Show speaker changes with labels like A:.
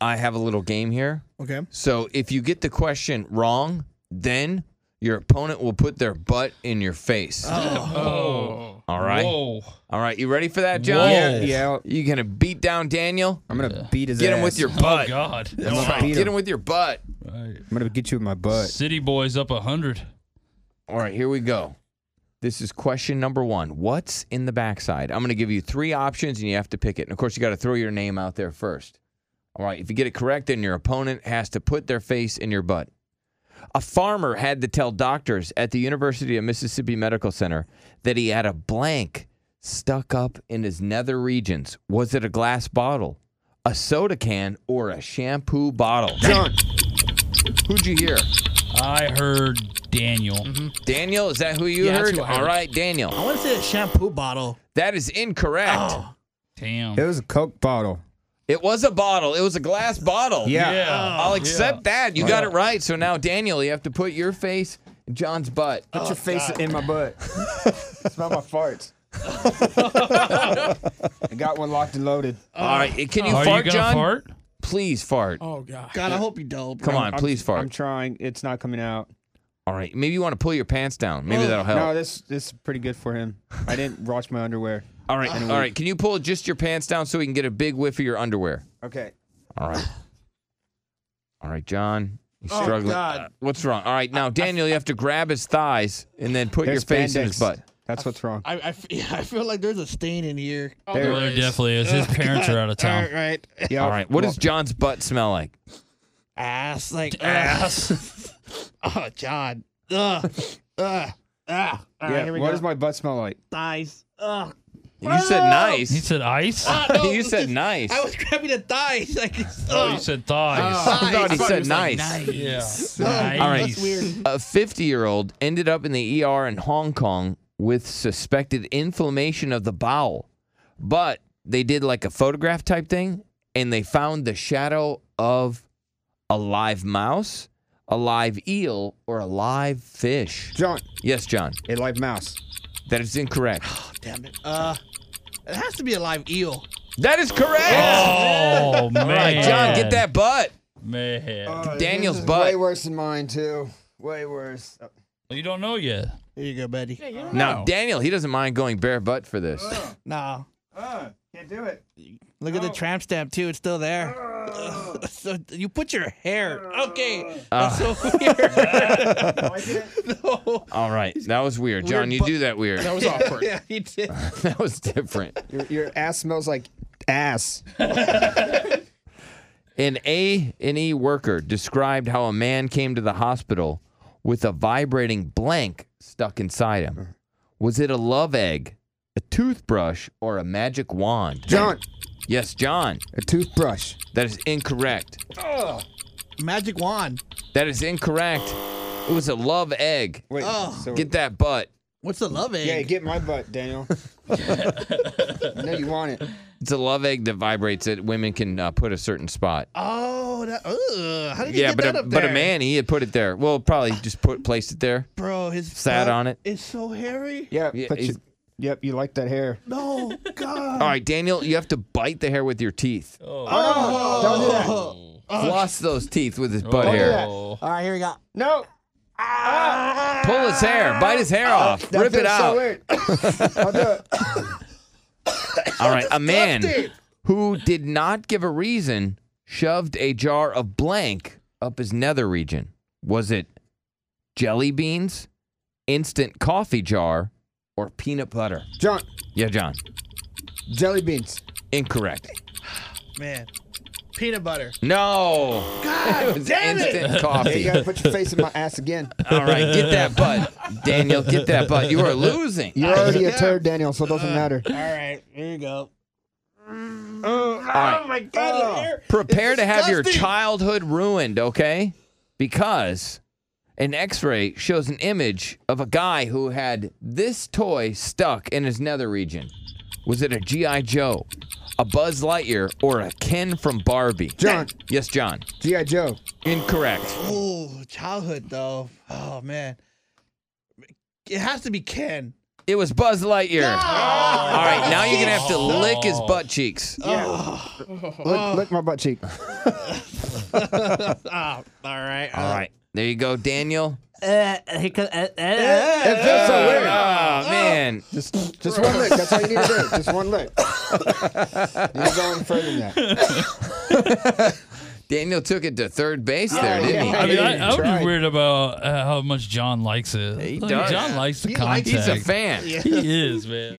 A: I have a little game here.
B: Okay.
A: So if you get the question wrong, then your opponent will put their butt in your face.
C: Oh.
A: All right.
C: Whoa.
A: All right. You ready for that, John?
C: Yeah,
B: yeah.
A: You gonna beat down Daniel?
D: I'm gonna beat his
A: Get
D: ass.
A: him with your
C: Oh
A: butt.
C: God.
D: I'm gonna, beat
A: Get him
D: him.
A: with your butt.
C: Right.
D: I'm gonna get you with my butt.
C: City boys up a hundred.
A: All right, here we go. This is question number one. What's in the backside? I'm going to give you three options and you have to pick it. And of course, you got to throw your name out there first. All right, if you get it correct, then your opponent has to put their face in your butt. A farmer had to tell doctors at the University of Mississippi Medical Center that he had a blank stuck up in his nether regions. Was it a glass bottle, a soda can, or a shampoo bottle? John, who'd you hear?
C: I heard Daniel.
A: Daniel, is that who you
C: Yeah, that's
A: heard?
C: who I heard.
A: All right, Daniel.
B: I want to say a shampoo bottle.
A: That is incorrect.
B: Oh.
C: Damn.
D: It was a Coke bottle.
A: It was a bottle. It was a glass bottle.
D: Yeah.
A: I'll accept that. You got it right. So now, Daniel, you have to put your face in John's butt.
D: Put your face in my butt. Smell my farts. I got one locked and loaded.
A: All right. eh, Can you
C: Are
A: fart,
C: Oh, you gonna
A: John?
C: fart?
A: Please fart.
E: Oh god.
B: God, I hope you don't.
A: Come on,
D: I'm-
A: please
D: I'm
A: fart.
D: trying. It's not coming out.
A: All right. Maybe you want to pull your pants down. Maybe
B: Oh.
A: that'll help.
D: No, this this is pretty good for him. I didn't wash my underwear.
A: All right. All right. Can you pull just your pants down so we can get a big whiff of your underwear?
D: Okay.
A: All right. All right, John. He's
E: Oh,
A: struggling.
E: God.
A: Uh, What's wrong? All right. Now, Daniel, you have to grab his thighs and then put your
D: There's
A: face in his
D: spandex.
A: butt.
D: That's what's wrong.
E: I, I, f- yeah, I feel like there's a stain in here.
B: Oh,
C: Well, there definitely is. His parents are out of
E: All
C: town.
E: right.
D: Yeah.
A: All right. What
D: well,
A: does John's butt smell like?
E: Ass like ass. oh, John. Ugh. Ugh. Ah. All right,
D: yeah,
E: here we
D: what
E: go.
D: does my butt smell like?
E: thighs? Ugh.
A: You said
C: He
A: nice.
C: said ice.
E: Ah, no,
A: you said nice.
E: I was grabbing the thighs. Like, it's-
C: oh,
E: ugh.
C: he said thighs.
A: I thought he
E: Thighs.
A: said nice.
C: Yeah.
E: Nice.
A: All right.
E: That's weird.
A: A 50 year old ended up in the ER in Hong Kong with suspected inflammation of the bowel. But they did like a photograph type thing and they found the shadow of a live mouse, a live eel, or a live fish.
D: John,
A: Yes, John.
D: it like mouse.
A: That is incorrect.
E: Oh, damn it. Uh, it has to be a live eel.
A: That is correct.
C: Oh man.
A: All right, John, get that butt.
C: Man.
D: Oh,
A: Daniel's butt.
D: Way worse than mine too. Way worse.
C: Well, you don't know yet.
E: There you go, buddy.
A: Now, Daniel, he doesn't mind going bare butt for this.
E: Nah.
D: Uh, can't do it.
E: Look at the tramp stamp too; it's still there. so you put your hair. Okay, that's so weird. no.
A: All right. That was weird. John, you do that weird.
E: was awkward. yeah, he did.
A: that was different.
D: Your, your ass smells like ass.
A: An A&E worker described how a man came to the hospital with a vibrating blank stuck inside him. Was it a love egg, a toothbrush, or a magic wand?
D: John,
A: Yes, John.
D: a toothbrush.
A: That is incorrect.
E: Magic wand.
A: That is incorrect. It was a love egg.
D: Wait.
E: Oh.
D: so
A: Get that butt.
E: What's the love egg?
D: Yeah, get my butt, Daniel. no, you want it.
A: It's a love egg that vibrates that women can uh, put a certain spot.
E: oh, that, ugh, how did you
A: yeah,
E: get
A: but
E: that
A: a,
E: up
A: but a
E: there?
A: man he had put it there. Well, probably just put placed it there.
E: bro, his
A: sat
E: butt
A: on it.
E: is so hairy.
D: Yeah.
A: Yeah,
D: but you-
A: he's-
D: yep. You like that hair.
E: No, God.
A: All right, Daniel, you have to bite the hair with your teeth.
C: Oh.
A: Ah.
D: Don't do that.
A: Floss those teeth with his butt hair.
C: Oh.
E: All right, here we go.
D: No.
A: Pull his hair. Bite his hair off.
D: Ah, That
A: Rip it
D: feels
A: out.
D: So weird. I'll do it.
A: All right, a man who did not give a reason shoved a jar of blank up his nether region. Was it jelly beans, instant coffee jar, or peanut butter?
D: John,
A: Yeah, John.
D: jelly beans.
A: Incorrect.
E: Man, peanut butter.
A: No. it was
E: damn it.
A: instant
D: Yeah, you
A: coffee.
D: gotta put your face in my ass again.
A: All right, get that butt, Daniel. Get that butt. You are losing.
D: You're already a
E: Yeah.
D: turd, Daniel, so it doesn't matter.
E: All right, here you go. Oh,
A: All right,
E: Mm. My God, the hair.
A: prepare to have your
E: disgusting.
A: childhood ruined, okay? Because an X-ray shows an image of a guy who had this toy stuck in his nether region. Was it a GI Joe, a Buzz Lightyear, or a Ken from Barbie?
D: John,
A: Yes, John.
D: G.I. Joe.
A: Incorrect.
E: Oh, childhood though. Oh man, it has to be Ken.
A: It was Buzz Lightyear. All right, now you're gonna have to lick his butt cheeks.
D: Oh. Lick, lick my butt cheek.
E: Ah, all right.
A: All right, there you go, Daniel.
C: uh,
D: It feels so weird.
A: Oh man,
D: Just, just one lick. That's all you need to do. Just one lick. You're going further than that.
A: Daniel took it to third base there, didn't he?
D: Oh, yeah.
C: I mean,
D: Hey,
C: I, I would
D: tried.
C: be weird about uh, how much John likes it.
A: He
C: Like,
A: does.
C: John likes the
A: He's
C: contact.
A: a fan.
C: He is, man.